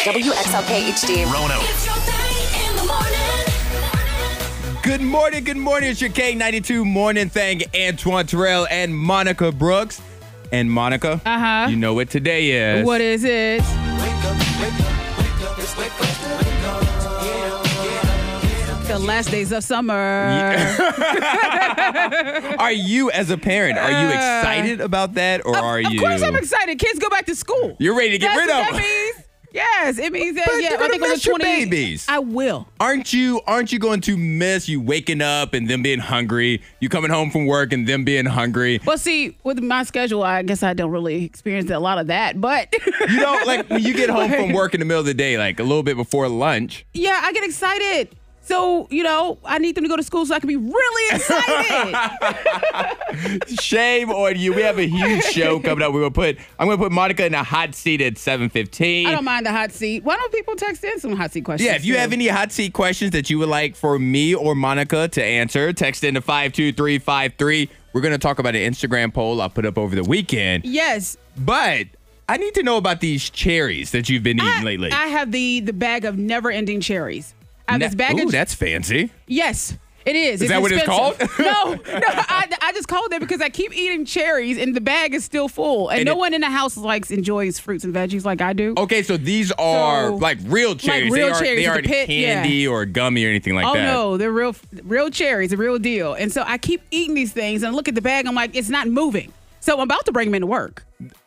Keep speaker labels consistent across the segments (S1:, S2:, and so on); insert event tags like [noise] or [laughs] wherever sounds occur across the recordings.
S1: WXLK HD.
S2: Rono.
S3: It's your thing in the morning.
S4: Good morning, good morning. It's your K92 morning thing. Antoine Terrell and Monica Brooks. And Monica,
S5: Uh-huh.
S4: you know what today is.
S5: What is it? The last days of summer.
S4: Are you, as a parent, are you excited about that or are
S5: Uh. of
S4: you?
S5: course, I'm excited. Kids go back to school.
S4: You're ready to get
S5: That's
S4: rid
S5: what
S4: of them.
S5: that means. Yes, it means that.
S4: But
S5: yeah,
S4: you're
S5: I
S4: gonna
S5: think it was
S4: miss your
S5: 20
S4: babies.
S5: I will.
S4: Aren't you aren't you going to miss you waking up and them being hungry? You coming home from work and them being hungry.
S5: Well, see, with my schedule, I guess I don't really experience a lot of that. But [laughs]
S4: You know, like when you get home from work in the middle of the day, like a little bit before lunch.
S5: yeah, I get excited. So you know, I need them to go to school so I can be really
S4: [laughs]
S5: excited.
S4: Shame on you. We have a huge show coming up. We're gonna put I'm gonna put Monica in a hot seat at 7:15.
S5: I don't mind the hot seat. Why don't people text in some hot seat questions?
S4: Yeah, if you
S5: too?
S4: have any hot seat questions that you would like for me or Monica to answer, text into 52353. We're going to talk about an Instagram poll I put up over the weekend.
S5: Yes,
S4: But I need to know about these cherries that you've been eating
S5: I,
S4: lately.
S5: I have the the bag of never ending cherries. I have
S4: Na-
S5: this bag
S4: Ooh,
S5: of
S4: that's fancy.
S5: Yes, it is. Is
S4: that what it's called?
S5: [laughs] no, no. I, I just called it because I keep eating cherries and the bag is still full, and,
S4: And
S5: no
S4: it- Oh,
S5: one in the house likes enjoys fruits and veggies like I do.
S4: Okay, so these are
S5: So-
S4: like real
S5: Like
S4: cherries.
S5: real
S4: they aren't,
S5: cherries
S4: they
S5: with a
S4: aren't
S5: pit, yeah.
S4: candy or gummy or anything like
S5: Oh
S4: that.
S5: no, they're real, real cherries, the real deal. And so I keep eating these things, and I look at the bag. I'm like, it's not moving. So I'm about to bring them into work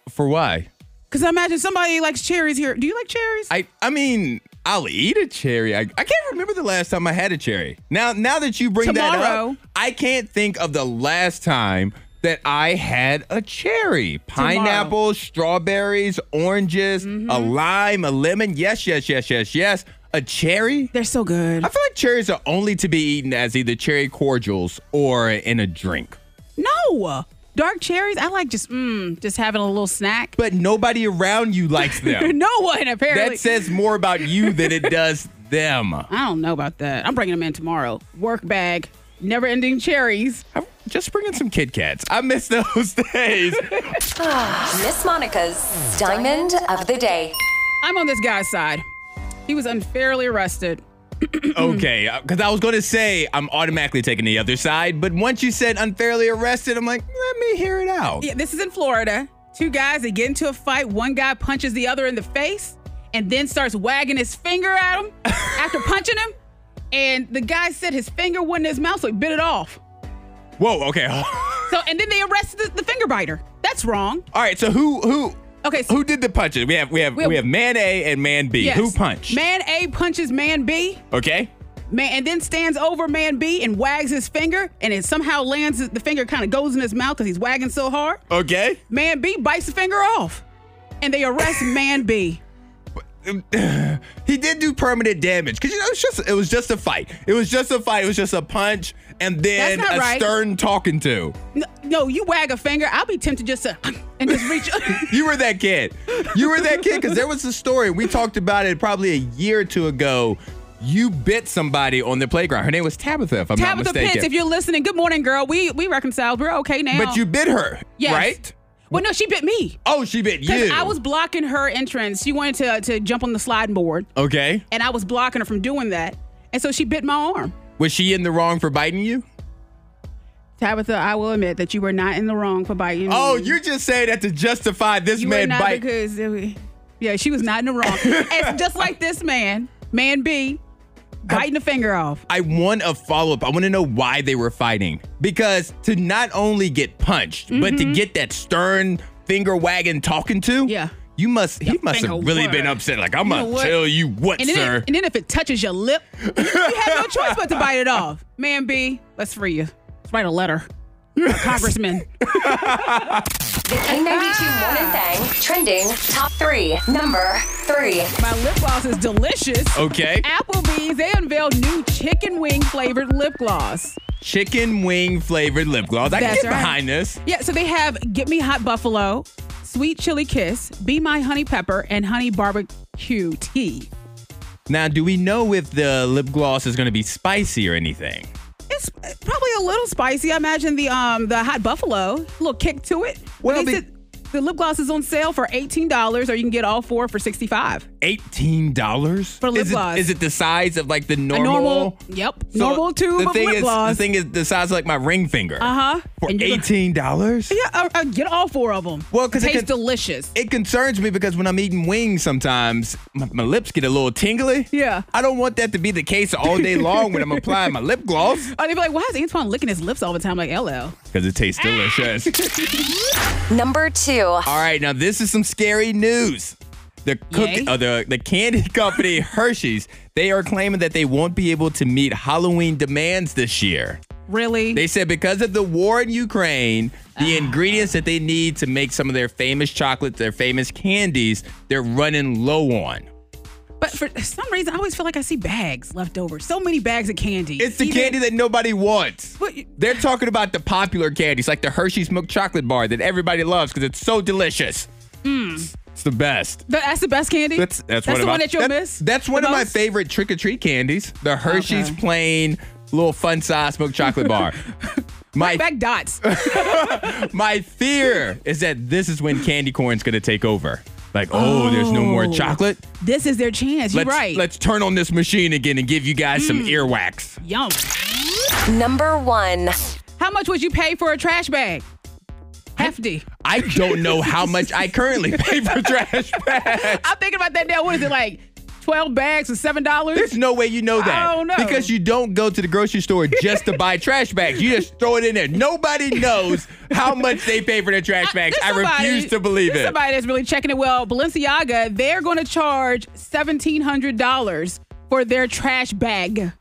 S4: For why?
S5: because I imagine somebody likes cherries here. Do you like cherries?
S4: I I mean, I'll eat a cherry. I, I can't remember the last time I had a cherry. Now now that you bring that
S5: Tomorrow.
S4: up, I can't think of the last time that I had a cherry. Pineapple, strawberries, oranges, a lime, a lemon. Yes, yes, yes, yes, yes. A cherry?
S5: they're so good.
S4: I feel like cherries are only to be eaten as either cherry cordials or in a drink.
S5: no, dark cherries. I like just, mm, just having a little snack.
S4: But nobody around you likes them.
S5: [laughs] no one apparently.
S4: that says more about you than it does them.
S5: I don't know about that. I'm bringing them in tomorrow. Work bag, never ending cherries.
S4: I'm just bringing some Kit Kats. I miss those [laughs] days.
S1: Miss Monica's Diamond of the Day.
S5: I'm on this guy's side. He was unfairly arrested.
S4: okay, because I was going to say I'm automatically taking the other side, but once you said unfairly arrested, I'm like, let me hear it out.
S5: Yeah, this is in Florida. Two guys, they get into a fight. One guy punches the other in the face and then starts wagging his finger at
S4: [laughs]
S5: him after punching him. And the guy said his finger wasn't in his mouth, so he bit it off.
S4: Whoa, okay. [laughs]
S5: So, and then they arrested the, the finger biter. That's wrong.
S4: All right, so who who
S5: Okay, so
S4: who did the punches? We have we have we
S5: We
S4: have,
S5: have-
S4: man A and man B.
S5: yes.
S4: Who punched?
S5: Man A punches man B.
S4: okay.
S5: man and then stands over man B and wags his finger and it somehow lands the finger kind of goes in his mouth because he's wagging so hard.
S4: Okay. [sighs]
S5: Man B bites the finger off and
S4: [laughs]
S5: they arrest man B.
S4: He did do permanent damage because you know it's just it was just a fight. It was just a fight. It was just a punch and then
S5: That's not
S4: a
S5: right.
S4: stern talking to.
S5: No, no, you wag a finger, I'll be tempted just to [clears throat] and just reach. [laughs]
S4: You were that kid. You were that kid because there was a story we talked about it probably a year or two ago. You bit somebody on the playground. Her name was Tabitha, if I'm not
S5: Tabitha
S4: mistaken.
S5: Pence, if you're listening, good morning, girl. We we reconciled. We're okay now.
S4: but you bit her,
S5: Yes.
S4: right?
S5: well, no, she bit me
S4: Oh, she bit
S5: because
S4: you.
S5: I was blocking her entrance. She wanted to to jump on the sliding board,
S4: okay.
S5: and I was blocking her from doing that, and so she bit my arm.
S4: Was she in the wrong for biting you?
S5: Tabitha, I will admit that you were not in the wrong for biting.
S4: Oh,
S5: me.
S4: you're just saying that to justify this
S5: Mm. You were
S4: man
S5: not
S4: bite.
S5: because it was- yeah, she was not in
S4: [laughs]
S5: the wrong. it's just like this man, man B, biting a finger off.
S4: I want a follow up. I want to know why they were fighting. Because to not only get punched, but to get that stern finger wagging talking to,
S5: Mm-hmm. Yeah.
S4: you must he must
S5: finger
S4: have really been
S5: wag.
S4: upset. Like I'm
S5: You know
S4: gonna
S5: what?
S4: tell you what,
S5: And then,
S4: sir.
S5: and then if it touches your lip, you have no choice
S4: [laughs]
S5: but to bite it off. Man B, let's free you. Let's write a letter. A congressman.
S1: The K92 morning thing. Trending top three. Number three.
S5: My lip gloss is delicious.
S4: Okay.
S5: Applebee's, they unveiled new chicken wing flavored lip gloss.
S4: Chicken wing flavored lip gloss. I can
S5: That's
S4: get
S5: right.
S4: behind this.
S5: Yeah, so they have Get Me Hot Buffalo, Sweet Chili Kiss, Be My Honey Pepper, and Honey Barbecue Tea.
S4: Now, do we know if the lip gloss is going to be spicy or anything?
S5: It's uh, probably a little spicy. I imagine the um the hot buffalo, a little kick to it. But
S4: Well,
S5: they
S4: be-
S5: said the lip gloss is on sale for eighteen dollars, or you can get all four for sixty five.
S4: eighteen dollars
S5: For lip
S4: is it,
S5: gloss.
S4: Is it the size of like the
S5: A
S4: normal?
S5: normal, yep,
S4: So
S5: normal tube
S4: the
S5: of
S4: thing
S5: lip
S4: is,
S5: gloss.
S4: The thing is, the size of like my ring finger. Uh
S5: Uh-huh.
S4: For
S5: And you're gonna-
S4: eighteen dollars.
S5: yeah, I, I get all four of them.
S4: Well, 'cause it
S5: tastes
S4: could-
S5: delicious.
S4: It concerns me because when I'm eating wings, sometimes my, my lips get a little tingly.
S5: Yeah.
S4: I don't want that to be the case all day long when
S5: [laughs]
S4: I'm applying my lip gloss.
S5: oh, they be like, why is Antoine licking his lips all the time? Like, LL.
S4: Because it tastes delicious.
S1: Number two.
S4: [laughs] All right, now this is some scary news. The
S5: Yay.
S4: cookie, uh, the, the candy [laughs] company Hershey's, they are claiming that they won't be able to meet Halloween demands this year.
S5: Really?
S4: They said because of the war in Ukraine,
S5: Ah.
S4: the ingredients that they need to make some of their famous chocolates, their famous candies, they're running low on.
S5: but for some reason, I always feel like I see bags left over. So many bags of candy.
S4: It's the
S5: Even-
S4: candy that nobody wants.
S5: But you-
S4: They're talking about the popular candies, like the Hershey's milk chocolate bar that everybody loves because it's so delicious. It's the best.
S5: Th- Hmm. that's the best candy.
S4: That's that's, one of
S5: the
S4: my,
S5: one that you'll
S4: that-
S5: miss.
S4: That's one
S5: the
S4: of my
S5: most?
S4: favorite trick or treat candies. The Hershey's
S5: Okay.
S4: plain little fun size milk chocolate bar.
S5: [laughs]
S4: my
S5: Back dots.
S4: my fear is that this is when candy corn's gonna take over. Like, oh, there's no more
S5: Oh.
S4: chocolate.
S5: this is their chance. You're
S4: Let's
S5: right. Hmm.
S4: let's turn on this machine again and give you guys some earwax.
S5: Yum.
S1: Number one.
S5: How much would you pay for a trash bag? Hefty.
S4: I don't know how much I currently pay for trash bags.
S5: I'm thinking about that now. What is it like? Twelve bags for seven dollars?
S4: There's no way you know that.
S5: I don't know.
S4: Because you don't go to the grocery store just to buy trash bags. You just throw it in there. Nobody knows how much they pay for their trash
S5: Uh,
S4: bags. I refuse to believe it.
S5: Somebody that's really checking it well. Balenciaga, they're going to charge seventeen hundred dollars for their trash bag.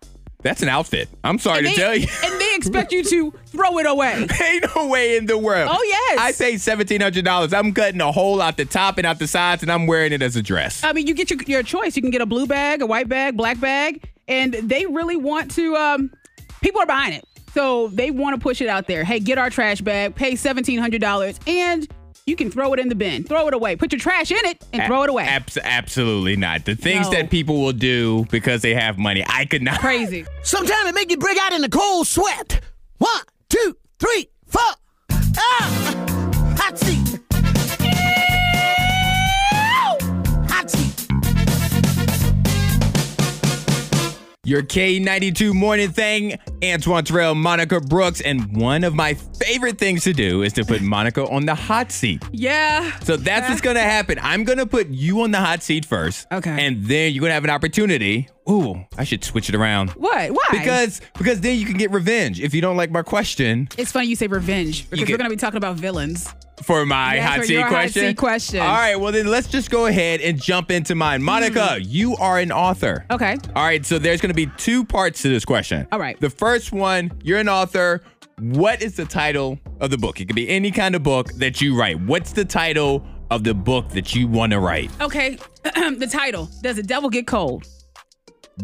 S4: That's an outfit. I'm sorry to
S5: they, [laughs]
S4: tell you. [laughs]
S5: and they expect you to throw it away.
S4: Ain't no way in the world.
S5: Oh, yes.
S4: I paid seventeen hundred dollars. I'm cutting a hole out the top and out the sides, and I'm wearing it as a dress.
S5: I mean, you get your, your choice. You can get a blue bag, a white bag, black bag, and they really want to. Um, people are buying it, so they want to push it out there. Hey, get our trash bag. Pay seventeen hundred dollars, and you can throw it in the bin, throw it away, put your trash in it, and throw it away.
S4: Abs- absolutely not. The things
S5: No.
S4: that people will do because they have money, I could not.
S5: Crazy.
S2: Sometimes it make you break out in a cold sweat. One, two, three, four. Ah! Hot seat. Ew! Hot seat.
S4: Your K92 morning thing, Antoine Terrell, Monica Brooks, and one of my favorite things to do is to
S5: [laughs]
S4: put Monica on the hot seat.
S5: Yeah.
S4: So that's what's gonna happen. I'm gonna put you on the hot seat first.
S5: Okay.
S4: And then you're gonna have an opportunity. Ooh, I should switch it around.
S5: What? Why?
S4: Because because then you can get revenge if you don't like my question
S5: it's funny you say revenge because
S4: get-
S5: we're gonna be talking about villains.
S4: for my
S5: Yes,
S4: hot
S5: for
S4: seat
S5: your hot
S4: question.
S5: seat question.
S4: All right, well then let's just go ahead and jump into mine. Monica, you are an author.
S5: Hmm. Okay.
S4: All right, so there's going to be two parts to this question.
S5: All right.
S4: The first one, you're an author. What is the title of the book? It could be any kind of book that you write. What's the title of the book that you want to write?
S5: Okay. [clears throat] the title: Does the devil get cold?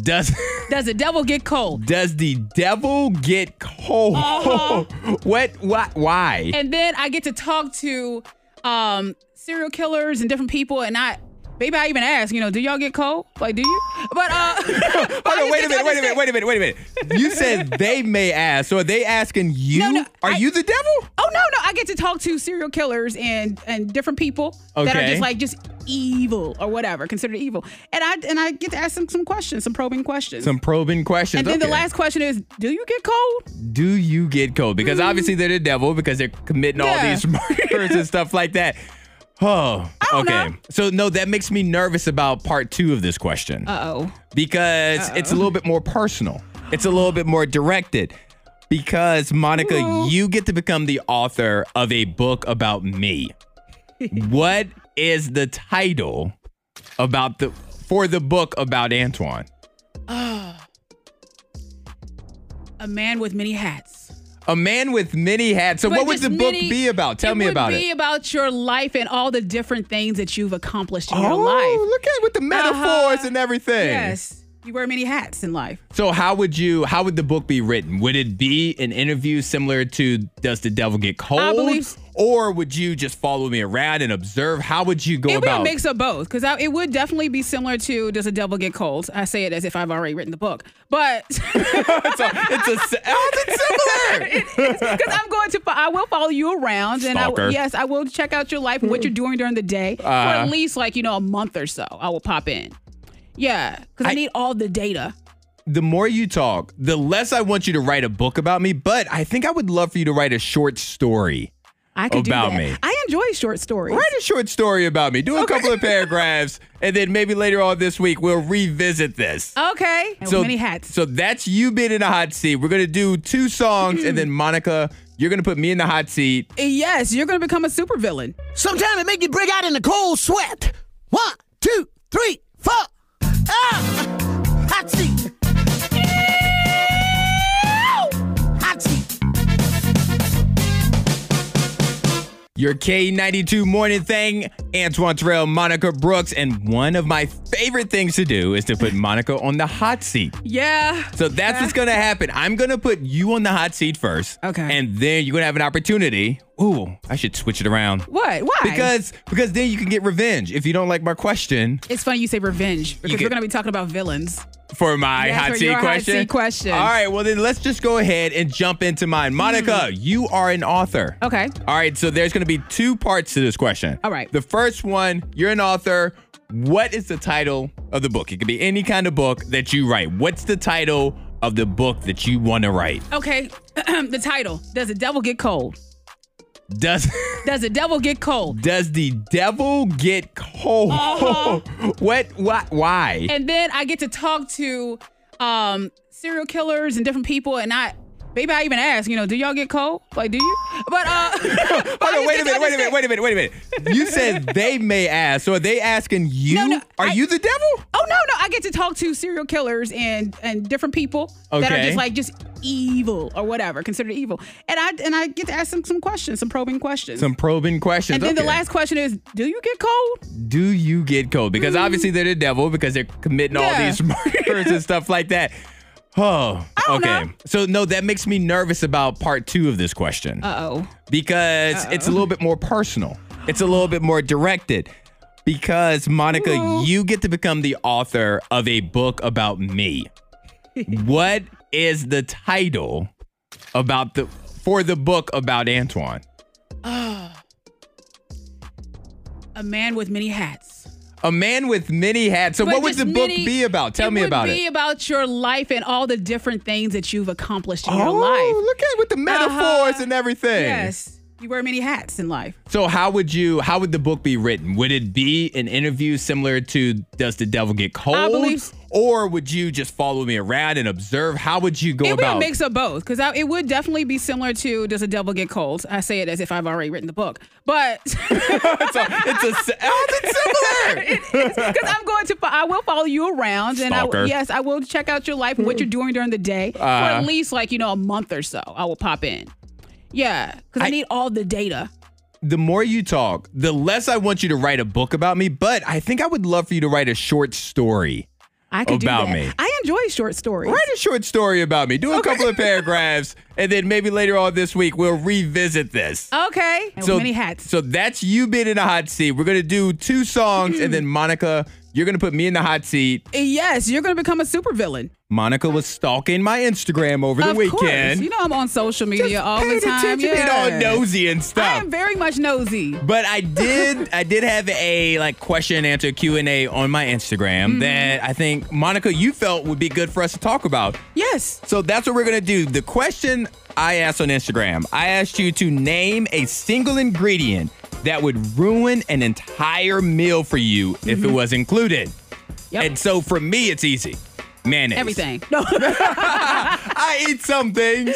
S4: Does [laughs]
S5: Does the devil get cold?
S4: Does the devil get cold?
S5: Uh-huh.
S4: [laughs] what? Why? Why?
S5: and then I get to talk to um serial killers and different people, and I maybe I even ask, you know, do y'all get cold? Like, do you? But uh, [laughs] but I
S4: Hold on,
S5: just
S4: wait a
S5: get to
S4: minute, wait a
S5: understand-
S4: minute, wait a minute, wait a minute. You
S5: [laughs]
S4: said they may ask. So are they asking you?
S5: No, no,
S4: are
S5: I-
S4: you the devil?
S5: Oh no, no, I get to talk to serial killers and and different people that are
S4: Okay.
S5: just like just evil or whatever, considered evil, and I and I get to ask them some questions, some probing questions.
S4: Some probing questions.
S5: and then the
S4: Okay.
S5: last question is, do you get cold?
S4: do you get cold? Because obviously they're the devil because they're committing all
S5: Mm-hmm. Yeah.
S4: these [laughs] murders and stuff like
S5: [laughs]
S4: that. Oh,
S5: don't
S4: okay.
S5: know.
S4: So no, that makes me nervous about part two of this question
S5: Oh,
S4: because it's a little bit more personal. It's a little bit more directed. Because Monica, you get to become the author of a book about
S5: [laughs]
S4: me. what is the title about the for the book about Antoine?
S5: a man with many hats.
S4: A man with many hats. So
S5: But
S4: what would
S5: just
S4: the book
S5: many-
S4: be about? Tell me about
S5: It would be
S4: it.
S5: about your life and all the different things that you've accomplished in
S4: oh,
S5: your life.
S4: look at it with the metaphors
S5: Uh-huh.
S4: and everything.
S5: Yes. You wear many hats in life.
S4: So how would you how would the book be written? Would it be an interview similar to Does the Devil Get Cold?
S5: believe s-
S4: Or would you just follow me around and observe? How would you go
S5: It would be a
S4: about
S5: mix of both because it would definitely be similar to Does a Devil Get Cold? I say it as if I've already written the book, but
S4: [laughs]
S5: [laughs]
S4: it's a, it's a se- oh, [laughs] it's similar.
S5: [laughs] because I'm going to, fo- I will follow you around and I,
S4: Stalker. Uh-huh.
S5: will- yes, I will check out your life and what you're doing during the day for at least like, you know, a month or so. I will pop in. Yeah, because I,
S4: I-
S5: need all the data.
S4: the more you talk, the less I want you to write a book about me, but I think I would love for you to write a short story.
S5: I could
S4: About
S5: do that.
S4: me.
S5: I enjoy short stories.
S4: Write a short story about me. Do a couple
S5: [laughs]
S4: of paragraphs, and then maybe later on this week we'll revisit this.
S5: Okay. And many hats.
S4: So that's you being in the hot seat. We're gonna do two songs, and
S5: [clears throat]
S4: then Monica, you're gonna put me in the hot seat.
S5: yes, you're going to become a supervillain.
S2: Sometimes it make you break out in a cold sweat. One, two, three, four. Ah! Hot seat. Ew! Hot seat.
S4: Your K92 morning thing, Antoine Terrell, Monica Brooks, and one of my favorite things to do is to
S5: [laughs]
S4: put Monica on the hot seat.
S5: Yeah.
S4: So that's what's gonna happen. I'm gonna put you on the hot seat first.
S5: Okay.
S4: And then you're gonna have an opportunity. Ooh, I should switch it around.
S5: What? Why?
S4: Because because then you can get revenge if you don't like my question
S5: it's funny you say revenge because
S4: get-
S5: we're going to be talking about villains.
S4: for my
S5: Yes,
S4: hot
S5: for
S4: seat
S5: your hot
S4: question.
S5: seat question. Hmm.
S4: All right, well then let's just go ahead and jump into mine. Monica, you are an author.
S5: Okay.
S4: All right, so there's gonna be two parts to this question.
S5: All right.
S4: The first one, you're an author. What is the title of the book? It could be any kind of book that you write. What's the title of the book that you want to write?
S5: Okay. [clears throat] the title Does the Devil Get Cold?
S4: Does [laughs]
S5: Does the Devil Get Cold?
S4: Does the devil get cold?
S5: Uh-huh.
S4: [laughs] what? Why? Why?
S5: And then I get to talk to um, serial killers and different people, and I. Maybe I even ask, you know, do y'all get cold? Like, do you? But uh, [laughs] but
S4: Hold
S5: I
S4: on, wait a
S5: just
S4: minute, wait a minute,
S5: get
S4: wait a minute, wait a minute. You
S5: [laughs]
S4: said they may ask. So are they asking you?
S5: No, no,
S4: are
S5: I-
S4: you the devil?
S5: Oh no, no, I get to talk to serial killers and and different people that are
S4: Okay.
S5: just like just evil or whatever, considered evil. And I and I get to ask them some questions, some probing questions.
S4: Some probing questions.
S5: and then the
S4: Okay.
S5: last question is, do you get cold?
S4: Do you get cold? Because obviously they're the devil because they're committing all
S5: Mm-hmm. Yeah.
S4: these [laughs] murders and stuff like
S5: [laughs]
S4: that. Oh,
S5: don't
S4: okay.
S5: know.
S4: So no, that makes me nervous about part two of this question.
S5: Uh oh.
S4: because it's a little bit more personal. It's a little bit more directed. Because Monica, you get to become the author of a book about [laughs] me. what is the title about the for the book about Antoine?
S5: A man with many hats.
S4: A man with many hats. So
S5: But
S4: what would
S5: just
S4: the book
S5: many-
S4: be about? Tell me
S5: would
S4: about
S5: be
S4: it.
S5: about your life and all the different things that you've accomplished in your
S4: oh,
S5: life.
S4: look at with the metaphors
S5: Uh-huh.
S4: and everything.
S5: Yes. You wear many hats in life.
S4: So how would you how would the book be written? Would it be an interview similar to Does the Devil Get Cold?
S5: believe-
S4: or would you just follow me around and observe? How would you go
S5: It would be a
S4: about [laughs]
S5: mix of both because it would definitely be similar to Does a Devil Get Cold? I say it as if I've already written the book, but [laughs]
S4: it's a, it's a se- oh, it's
S5: [laughs]
S4: similar.
S5: because I'm going to, fo- I will follow you around and I,
S4: Stalker. Uh-huh.
S5: will- yes, I will check out your life and what you're doing during the day for at least like, you know, a month or so. I will pop in. Yeah, because I,
S4: I-
S5: need all the data.
S4: the more you talk, the less I want you to write a book about me, but I think I would love for you to write a short story.
S5: I could
S4: About
S5: do that.
S4: me.
S5: I enjoy short stories.
S4: Write a short story about me. Do a couple of paragraphs, and then maybe later on this week we'll revisit this.
S5: Okay. And with many hats.
S4: So that's you being in the hot seat. We're gonna do two songs,
S5: [clears throat]
S4: and then Monica, you're gonna put me in the hot seat.
S5: yes, you're going to become a supervillain.
S4: Monica was stalking my Instagram over the
S5: Of course.
S4: weekend.
S5: You know, I'm on social media all
S4: Paid
S5: the time.
S4: attention, being all
S5: Yeah.
S4: nosy and
S5: I
S4: stuff.
S5: am very much nosy.
S4: but I did, I did have a like question and answer Q and A on my Instagram
S5: Mm-hmm.
S4: that I think Monica, you felt would be good for us to talk about.
S5: Yes.
S4: So that's what we're gonna do. The question I asked on Instagram, I asked you to name a single ingredient that would ruin an entire meal for you if it was included.
S5: Mm-hmm. Yep.
S4: And so for me, it's easy. Mayonnaise. [laughs]
S5: Everything. No.
S4: I eat some things,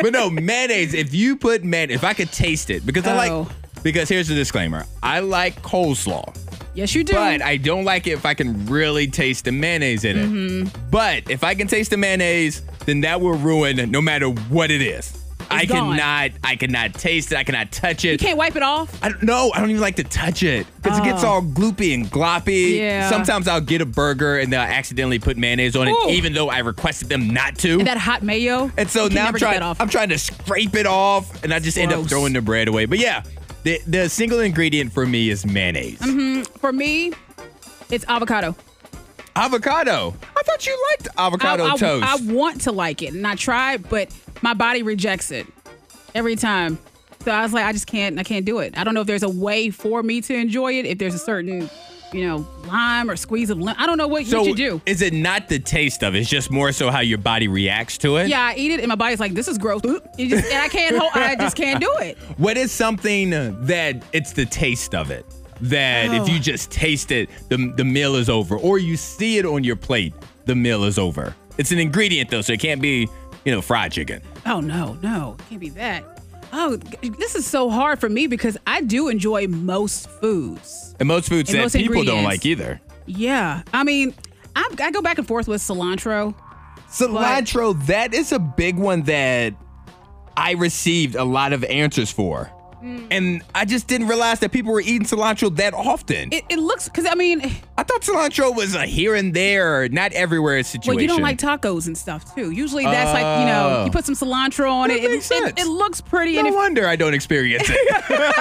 S4: but no mayonnaise. If you put mayonnaise, if I could taste it, because I
S5: Oh.
S4: like. Because here's the disclaimer: I like coleslaw,
S5: yes, you do.
S4: but I don't like it if I can really taste the mayonnaise in it.
S5: Mm-hmm.
S4: But if I can taste the mayonnaise, then that will ruin no matter what it is. I
S5: gone.
S4: cannot. I cannot taste it. I cannot touch it.
S5: You can't wipe it off.
S4: I don't know. I don't even like to touch it because it gets all gloopy and gloppy.
S5: Yeah.
S4: Sometimes I'll get a burger and they'll accidentally put mayonnaise on it,
S5: Ooh.
S4: even though I requested them not to.
S5: And that hot mayo.
S4: And so
S5: you can
S4: now I'm
S5: never get
S4: trying.
S5: that off.
S4: I'm trying to scrape it off, and I just end up
S5: Gross.
S4: throwing the bread away. But yeah, the the single ingredient for me is mayonnaise.
S5: For me, it's avocado.
S4: Avocado. I thought you liked avocado
S5: I, I-
S4: toast.
S5: I want to like it, and I tried, but my body rejects it every time. So I was like, I just can't. I can't do it. I don't know if there's a way for me to enjoy it. If there's a certain, you know, lime or squeeze of lime. I don't know what
S4: so
S5: what you do.
S4: is it not the taste of it? It's just more so how your body reacts to it.
S5: Yeah, I eat it, and my body's like, this is gross. Oop. You just- and I can't. Hold, I just can't do
S4: [laughs]
S5: it.
S4: What is something that it's the taste of it? That if
S5: Oh.
S4: you just taste it, the, the meal is over. Or you see it on your plate, the meal is over. It's an ingredient though, so it can't be, you know, fried chicken.
S5: Oh no, no, it can't be that. Oh, g- this is so hard for me because I do enjoy most foods.
S4: And most foods
S5: And
S4: that
S5: most
S4: people don't
S5: ingredients.
S4: like either.
S5: Yeah, I mean, I, I go back and forth with cilantro.
S4: Cilantro, that is a big one that I received a lot of answers for.
S5: Mm.
S4: And I just didn't realize that people were eating cilantro that often.
S5: It, it looks because I mean,
S4: I thought cilantro was a here and there, not everywhere situation.
S5: well, you don't like tacos and stuff too. Usually that's like you know,
S4: Oh.
S5: you put some cilantro on
S4: That
S5: it. It,
S4: makes
S5: it-
S4: sense.
S5: it looks pretty, and
S4: No
S5: if,
S4: wonder I don't experience
S5: [laughs]
S4: it.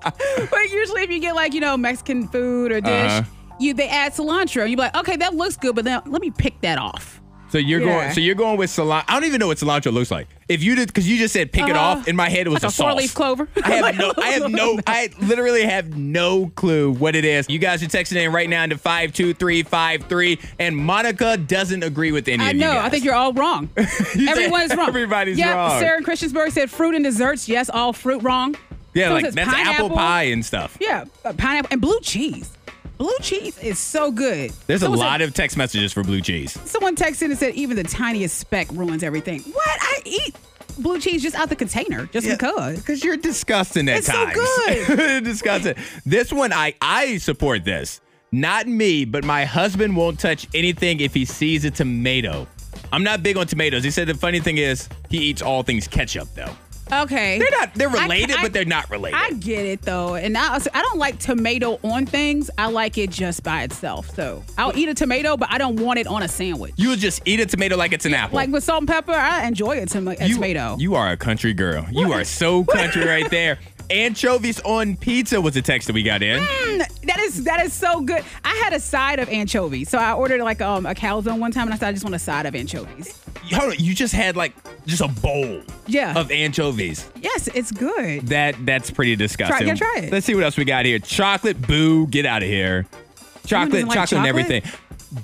S5: but [laughs] usually if you get like you know Mexican food or dish,
S4: Uh-huh.
S5: you they add cilantro. You're like, okay, that looks good, but then let me pick that off.
S4: So you're
S5: Yeah.
S4: going. So you're going with cilantro. I don't even know what cilantro looks like. If you did, because you just said pick it
S5: Uh,
S4: off. In my head, it was
S5: like a
S4: sauce.
S5: four-leaf clover.
S4: I
S5: [laughs]
S4: have no. I have no. I literally have no clue what it is. You guys are texting in right now into five two three five three, and Monica doesn't agree with any
S5: I
S4: of you
S5: know.
S4: guys.
S5: I think you're all
S4: [laughs]
S5: wrong. Everyone's wrong.
S4: everybody's
S5: yeah,
S4: wrong.
S5: Sarah in Christiansburg said fruit and desserts. Yes, all fruit wrong.
S4: Yeah,
S5: Someone
S4: like
S5: says
S4: that's apple pie and stuff.
S5: Yeah, uh, pineapple and blue cheese. Blue cheese is so good.
S4: There's a
S5: Someone
S4: lot
S5: said-
S4: of text messages for blue cheese.
S5: Someone texted and said even the tiniest speck ruins everything. What? I eat blue cheese just out the container just because.
S4: Because you're disgusting at
S5: It's so
S4: times. [laughs]
S5: good.
S4: disgusting. This one, I I support this. Not me, but my husband won't touch anything if he sees a tomato. I'm not big on tomatoes. He said the funny thing is he eats all things ketchup though.
S5: Okay.
S4: They're not. They're
S5: I ca-
S4: related,
S5: I-
S4: but they're not related.
S5: I get it though, and I also, I don't like tomato on things. I like it just by itself. So I'll eat a tomato, but I don't want it on a sandwich.
S4: you would just eat a tomato like it's an apple.
S5: Like with salt and pepper, I enjoy a, toma- a
S4: you,
S5: tomato.
S4: You are a country girl. You are
S5: [laughs]
S4: so country right there. Anchovies on pizza was a text that we got in.
S5: [laughs] Mm, that is that is so good. I had a side of anchovies, so I ordered like um, a calzone one time, and I said I just want a side of anchovies.
S4: Hold on, you just had like just a bowl
S5: Yeah.
S4: of anchovies.
S5: Yes, it's good.
S4: That that's pretty disgusting.
S5: yeah, try it.
S4: Let's see what else we got here. Chocolate, boo, get out of here. Chocolate,
S5: doesn't like
S4: chocolate, and
S5: chocolate?
S4: everything.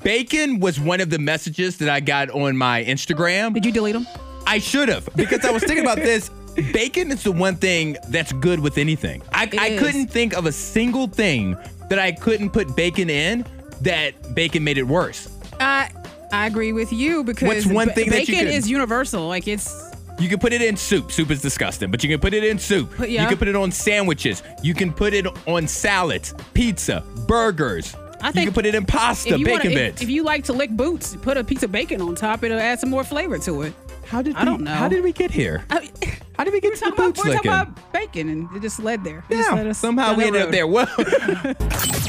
S4: Bacon was one of the messages that I got on my Instagram.
S5: Did you delete them?
S4: I should have because I was thinking about
S5: [laughs]
S4: this. Bacon is the one thing that's good with anything. I, I
S5: is.
S4: couldn't think of a single thing that I couldn't put bacon in that bacon made it worse.
S5: I I agree with you because
S4: What's one
S5: ba-
S4: thing that you
S5: bacon
S4: could-
S5: is universal. Like it's
S4: You can put it in soup. Soup is disgusting, but you can put it in soup.
S5: Put- yeah.
S4: You can put it on sandwiches. You can put it on salads, pizza, burgers.
S5: I
S4: you
S5: think
S4: can put it in pasta,
S5: if you
S4: bacon
S5: wanna, if,
S4: bits.
S5: if you like to lick boots, put a piece of bacon on top. It'll add some more flavor to [laughs] it.
S4: how did
S5: I don't know.
S4: How did we get here?
S5: I mean,
S4: How did we get
S5: we're
S4: to the
S5: talking, about,
S4: boots
S5: we're talking
S4: licking?
S5: about bacon, and it just led there. It just led
S4: yeah,
S5: us
S4: somehow
S5: down
S4: we
S5: that
S4: ended up
S5: road.
S4: there. Well,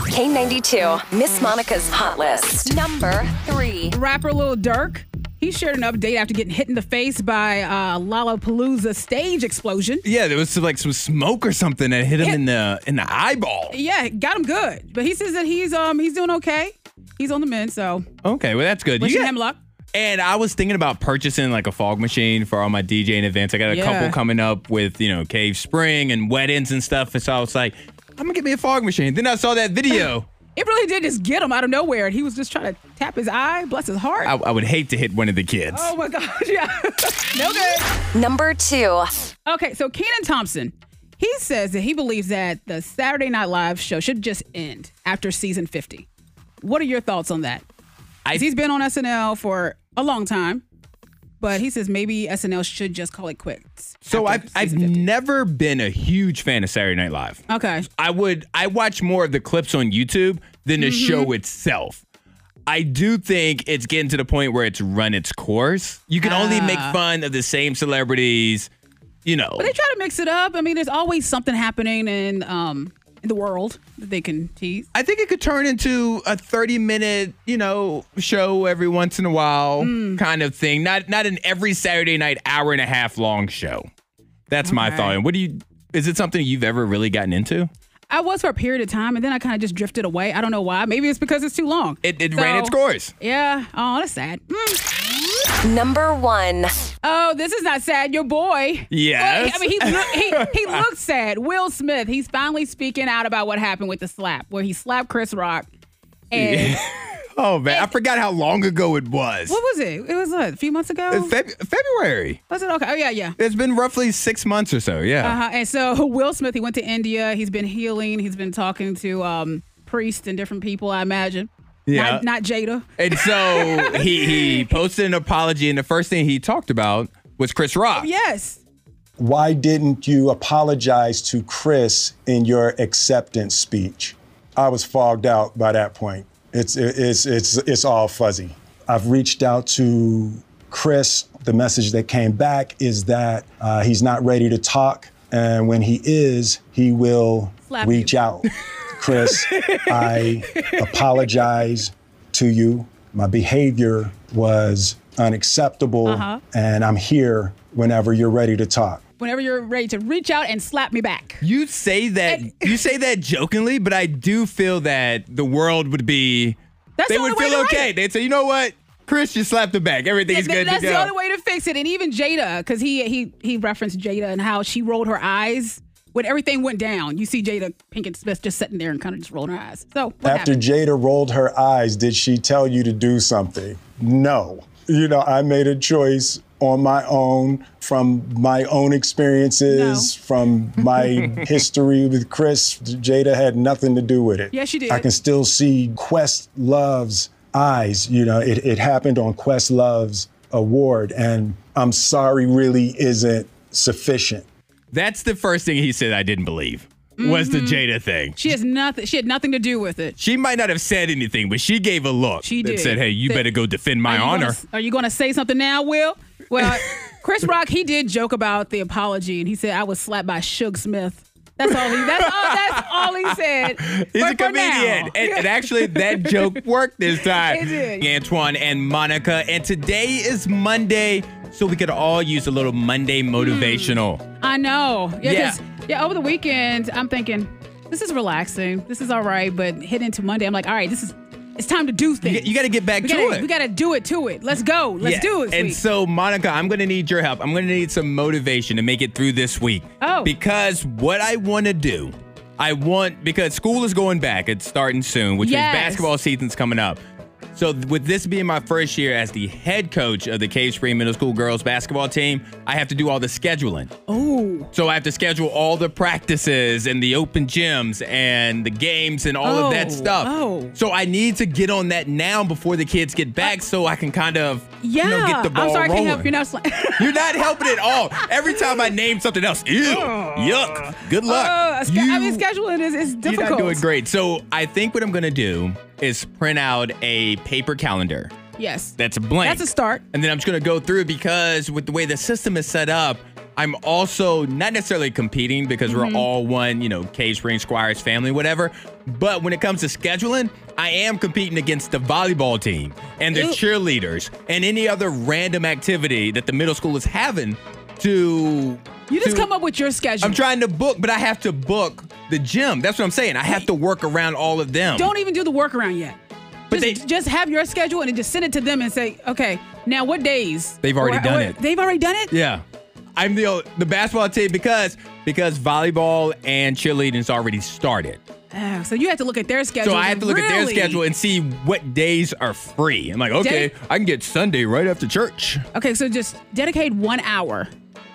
S1: K92, Miss Monica's Hot List. Number three.
S5: rapper Lil Durk. He shared an update after getting hit in the face by uh, Lollapalooza stage explosion.
S4: [laughs] yeah, there was some, like some smoke or something that hit him in the in the eyeball.
S5: Yeah, it got him good, but he says that he's um he's doing okay. He's on the mend, so
S4: Okay, well that's good. You
S5: wishing
S4: got-
S5: him luck.
S4: And I was thinking about purchasing like a fog machine for all my DJing events. I got a
S5: Yeah.
S4: couple coming up with, you know, Cave Spring and weddings and stuff. And so I was like, I'm gonna get me a fog machine. Then I saw that video.
S5: [laughs] It really did just get him out of nowhere, and he was just trying to tap his eye, bless his heart.
S4: I, I would hate to hit one of the kids.
S5: oh my gosh, [laughs] yeah, no good.
S1: Number two.
S5: Okay, so Kenan Thompson, he says that he believes that the Saturday Night Live show should just end after season fifty. What are your thoughts on that?
S4: I,
S5: 'Cause he's been on SNL for a long time, but he says maybe SNL should just call it quits.
S4: so
S5: after
S4: I've, I've
S5: season 50.
S4: never been a huge fan of Saturday Night Live.
S5: okay.
S4: I would I watch more of the clips on YouTube than the
S5: Mm-hmm.
S4: show itself. I do think it's getting to the point where it's run its course. You can only make fun of the same celebrities you know.
S5: Ah. But they try to mix it up. I mean, there's always something happening in um in the world that they can tease.
S4: I think it could turn into a 30 minute, you know, show every once in a while
S5: Hmm.
S4: kind of thing. Not not an every Saturday night hour and a half long show. That's my thought. And what do you is it something you've ever really gotten into?
S5: I was for a period of time, and then I kind of just drifted away. I don't know why. Maybe it's because it's too long.
S4: It, it ran its
S5: So-
S4: course.
S5: Yeah. Oh, that's sad. Mm.
S1: Number one.
S5: Oh, this is not sad. Your boy.
S4: Yes.
S5: Well, I mean, he, look, he, he looked sad. Will Smith, he's finally speaking out about what happened with the slap, where he slapped Chris Rock. And
S4: [laughs] Oh man, I forgot how long ago it was.
S5: what was it? It was what, a few months ago?
S4: Feb- February.
S5: was it? Okay. Oh, yeah, yeah.
S4: It's been roughly six months or so. Yeah.
S5: Uh-huh. And so [laughs] Will Smith, he went to India. He's been healing. He's been talking to um, priests and different people, I imagine.
S4: Yeah.
S5: Not, not Jada.
S4: And so he
S5: [laughs]
S4: he posted an apology, and the first thing he talked about was Chris Rock.
S5: Yes.
S6: why didn't you apologize to Chris in your acceptance speech? I was fogged out by that point. It's it's it's it's all fuzzy. I've reached out to Chris. The message that came back is that uh, he's not ready to talk, and when he is, he will
S5: Slap
S6: reach
S5: you. [laughs]
S6: out. Chris, I apologize to you. My behavior was unacceptable,
S5: Uh-huh.
S6: and I'm here whenever you're ready to talk.
S5: Whenever you're ready to reach out and slap me back.
S4: You say that
S5: And-
S4: you say
S5: [laughs]
S4: that jokingly, but I do feel that the world would be
S5: That's
S4: they
S5: the only
S4: would
S5: way
S4: feel
S5: to write
S4: okay.
S5: it.
S4: They'd say, you know what? Chris just slapped the back. Everything's
S5: Th-
S4: good
S5: that's
S4: to
S5: the
S4: go.
S5: only way to fix it. And even Jada, because he he he referenced Jada and how she rolled her eyes when everything went down. You see Jada Pinkett Smith just sitting there and kind of just rolling her eyes. So what
S6: After
S5: happened?
S6: Jada rolled her eyes, did she tell you to do something? No. You know, I made a choice on my own from my own experiences,
S5: [laughs]
S6: from my history with Chris. Jada had nothing to do with it.
S5: Yes, she did.
S6: I can still see Quest Love's eyes. You know, it, it happened on Quest Love's award, and I'm sorry really isn't sufficient.
S4: That's the first thing he said I didn't believe was
S5: Mm-hmm.
S4: the Jada thing.
S5: she has nothing. She had nothing to do with it.
S4: She might not have said anything, but she gave a look.
S5: She
S4: that
S5: did.
S4: said, "Hey, you
S5: Said-
S4: better go defend my
S5: Are you
S4: honor." [laughs]
S5: gonna- are you going to say something now, Will? Well, [laughs] Chris Rock he did joke about the apology and he said I was slapped by Suge Smith. That's all. He, that's all. That's all he said.
S4: [laughs] He's
S5: for-
S4: a
S5: for now.
S4: comedian. And,
S5: [laughs]
S4: and actually, that joke worked this time.
S5: It did.
S4: Antoine and Monica. And today is Monday, so we could all use a little Monday
S5: Hmm.
S4: motivational.
S5: I know. Yeah,
S4: Yeah.
S5: 'cause- yeah, over the weekend, I'm thinking, this is relaxing. This is all right. But heading into Monday, I'm like, all right, this is it's time to do things.
S4: You, got to get back
S5: we
S4: to
S5: gotta,
S4: it.
S5: We gotta do it to it. Let's go. Let's
S4: Yeah.
S5: do it.
S4: And
S5: sweet.
S4: so, Monica, I'm going to need your help. I'm going to need some motivation to make it through this week.
S5: Oh.
S4: Because what I want to do, I want, because school is going back. It's starting soon, which
S5: Yes.
S4: means basketball season's coming up. So, th- with this being my first year as the head coach of the Cave Spring Middle School girls basketball team, I have to do all the scheduling.
S5: oh,
S4: So I have to schedule all the practices and the open gyms and the games and all of that
S5: Oh,
S4: stuff.
S5: oh. Uh,
S4: So I need to get on that now before the kids get back so I can kind of
S5: yeah.
S4: you know, get the ball
S5: I'm sorry, I
S4: rolling.
S5: can't help you now. It's like- [laughs]
S4: You're not helping at all. Every time I name something else, ew, yuck, good luck.
S5: Oh, sch- Oh. I
S4: You-
S5: mean, scheduling is, is difficult.
S4: You're not doing great. So I think what I'm going to do is print out a paper calendar
S5: Yes.
S4: that's blank.
S5: That's a start.
S4: And then I'm just gonna go through because with the way the system is set up, I'm also not necessarily competing because
S5: Mm-hmm.
S4: we're all one, you know, Cave Spring Squires family, whatever. But when it comes to scheduling, I am competing against the volleyball team and the
S5: Ooh.
S4: cheerleaders and any other random activity that the middle school is having to
S5: You just
S4: to-
S5: come up with your schedule.
S4: I'm trying to book, but I have to book the gym. That's what I'm saying. I have to work around all of them.
S5: Don't even do the workaround yet.
S4: But
S5: just,
S4: they-
S5: just have your schedule and then just send it to them and say, okay, now what days?
S4: They've already
S5: Or-
S4: done
S5: or-
S4: it.
S5: They've already done it.
S4: Yeah. I'm the o- the basketball team because because volleyball and cheerleading's already started.
S5: Oh, so you have to look at their schedule.
S4: So I have
S5: and
S4: to look at their
S5: really-
S4: schedule and see what days are free. I'm like, okay,
S5: Day-
S4: I can get Sunday right after church.
S5: Okay, so just dedicate one hour.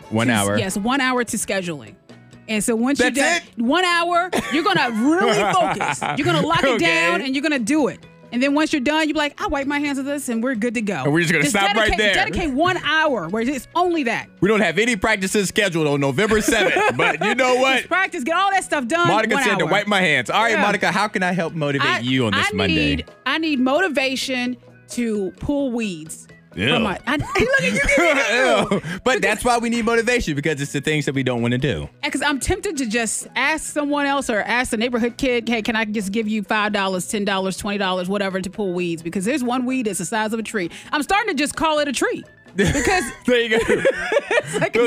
S4: One
S5: to-
S4: hour.
S5: Yes, one hour to scheduling. And so once you
S4: That's
S5: do one hour, you're gonna really
S4: [laughs]
S5: focus. You're gonna lock it
S4: Okay.
S5: down and you're gonna do it. And then once you're done, you're like, I wipe my hands of this and we're good to go.
S4: And we're just gonna stop right
S5: dedicate-
S4: there.
S5: Dedicate one hour where it's only that.
S4: We don't have any practices scheduled on November
S5: [laughs]
S4: 7th, but you know what?
S5: Just practice, get all that stuff done.
S4: Monica
S5: one
S4: said to
S5: hour.
S4: wipe my hands. All right,
S5: Yeah.
S4: Monica, how can I help motivate
S5: I-
S4: [laughs] you on this
S5: I
S4: Monday?
S5: Need, I need motivation to pull weeds.
S4: Ew.
S5: From a, I, [laughs] look at
S4: [laughs]
S5: you.
S4: Ew. But that's why we need motivation because it's the things that we don't want to do.
S5: Because I'm tempted to just ask someone else or ask the neighborhood kid, hey, can I just give you $5, $10, $20, whatever to pull weeds? Because there's one weed that's the size of a tree. I'm starting to just call it a tree.
S4: [laughs]
S5: Because
S4: There you go. go to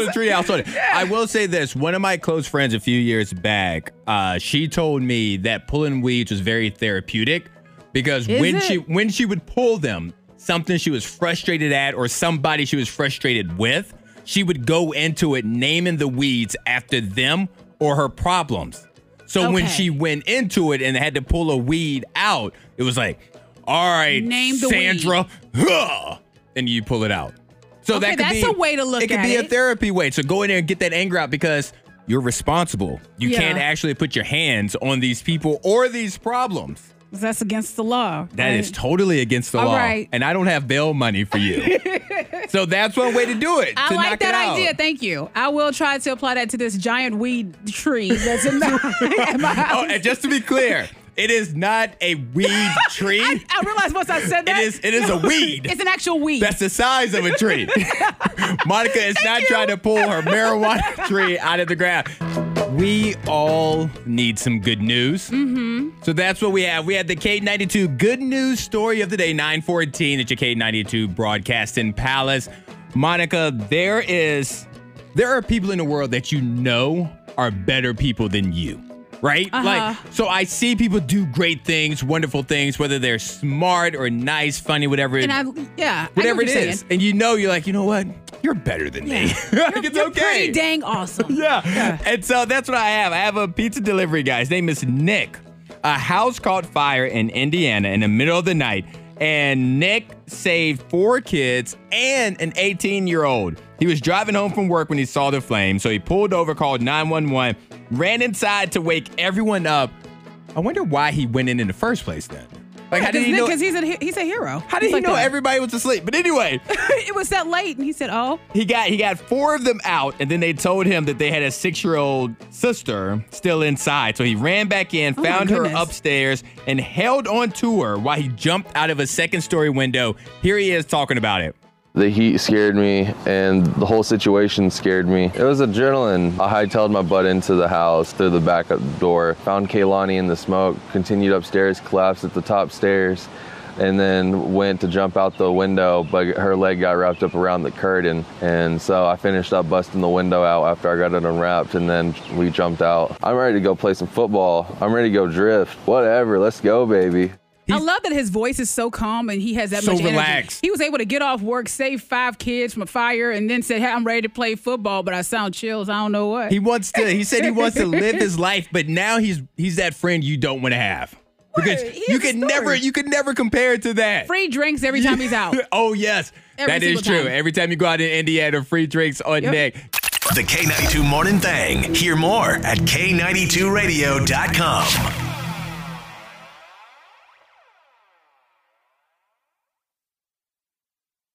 S4: the treehouse on it. I will say this: one of my close friends a few years back, uh, she told me that pulling weeds was very therapeutic because
S5: Is
S4: when
S5: it?
S4: she when she would pull them, something she was frustrated at or somebody she was frustrated with, she would go into it naming the weeds after them or her problems. So when
S5: Okay.
S4: she went into it and had to pull a weed out, it was like, "All right,
S5: Name the
S4: Sandra," huh," and you pull it out. So
S5: Okay,
S4: that could
S5: that's
S4: be,
S5: a way to look
S4: It could
S5: at
S4: be a
S5: it.
S4: therapy way. So go in there and get that anger out because you're responsible. You
S5: Yeah.
S4: can't actually put your hands on these people or these problems.
S5: that's against the law.
S4: That is totally against the
S5: All
S4: law.
S5: right.
S4: And I don't have bail money for
S5: [laughs]
S4: you. so that's one way to do it.
S5: I
S4: to
S5: like
S4: knock
S5: that
S4: it out.
S5: idea. Thank you. I will try to apply that to this giant weed tree
S4: [laughs]
S5: that's in the, [laughs] at my house.
S4: Oh, and just to be clear, it is not a weed tree.
S5: [laughs] I, I realized once I said that.
S4: is- it is
S5: [laughs]
S4: a weed.
S5: It's an actual weed.
S4: That's the size of a
S5: [laughs]
S4: tree. Monica is not trying to pull her marijuana
S5: [laughs]
S4: tree out of the ground. We all need some good news. Mm-hmm. So that's what we have. We have the K92 good news story of the day, 914 at your K92 broadcasting palace. Monica, there is there are people in the world that you know are better people than you, right?
S5: Uh-huh.
S4: Like, so I see people do great things, wonderful things, whether they're smart or nice, funny, whatever
S5: and I, yeah,
S4: whatever
S5: I
S4: it
S5: know what
S4: is.
S5: you're saying.
S4: And you know, you're like, you know what? You're better than me. [laughs] like, it's
S5: You're
S4: okay.
S5: pretty dang awesome.
S4: yeah. And so that's what I have. I have a pizza delivery guy. His name is Nick. A house caught fire in Indiana in the middle of the night, and Nick saved four kids and an 18 year old. He was driving home from work when he saw the flame, so he pulled over, called 911, ran inside to wake everyone up. I wonder why he went in in the first place then. Like, how did he know?
S5: Because he's a he- he's a hero.
S4: How did
S5: He's
S4: he
S5: like
S4: know
S5: that.
S4: everybody was asleep? But anyway,
S5: [laughs] it was that late, and he said, "Oh,
S4: he got he got four of them out, and then they told him that they had a six year old sister still inside. So he ran back in,
S5: Oh my
S4: found her
S5: goodness.
S4: upstairs, and held on to her while he jumped out of a second story window. Here he is talking about it.
S7: The heat scared me, and the whole situation scared me. It was adrenaline. I hightailed my butt into the house through the back up door, found Kaylani in the smoke, continued upstairs, collapsed at the top stairs, and then went to jump out the window, but her leg got wrapped up around the curtain. And so I finished up busting the window out after I got it unwrapped, and then we jumped out. I'm ready to go play some football. I'm ready to go drift. Whatever, let's go, baby.
S5: I love that his voice is so calm and he has that
S4: So
S5: much
S4: relaxed.
S5: energy. He was able to get off work, save five kids from a fire, and then said, "Hey, I'm ready to play football, but I sound chills. I don't know what."
S4: He wants to. He said he wants to live
S5: [laughs]
S4: his life, but now he's he's that friend you don't want to have because
S5: He
S4: you
S5: has a
S4: could
S5: story.
S4: never you could never compare it to that.
S5: Free drinks every
S4: [laughs]
S5: time he's out.
S4: oh yes,
S5: Every
S4: that is true.
S5: single time.
S4: Every time you go out in Indiana, free drinks on
S5: Yep.
S4: Nick.
S8: The K92 Morning Thing. Hear more at K92Radio.com.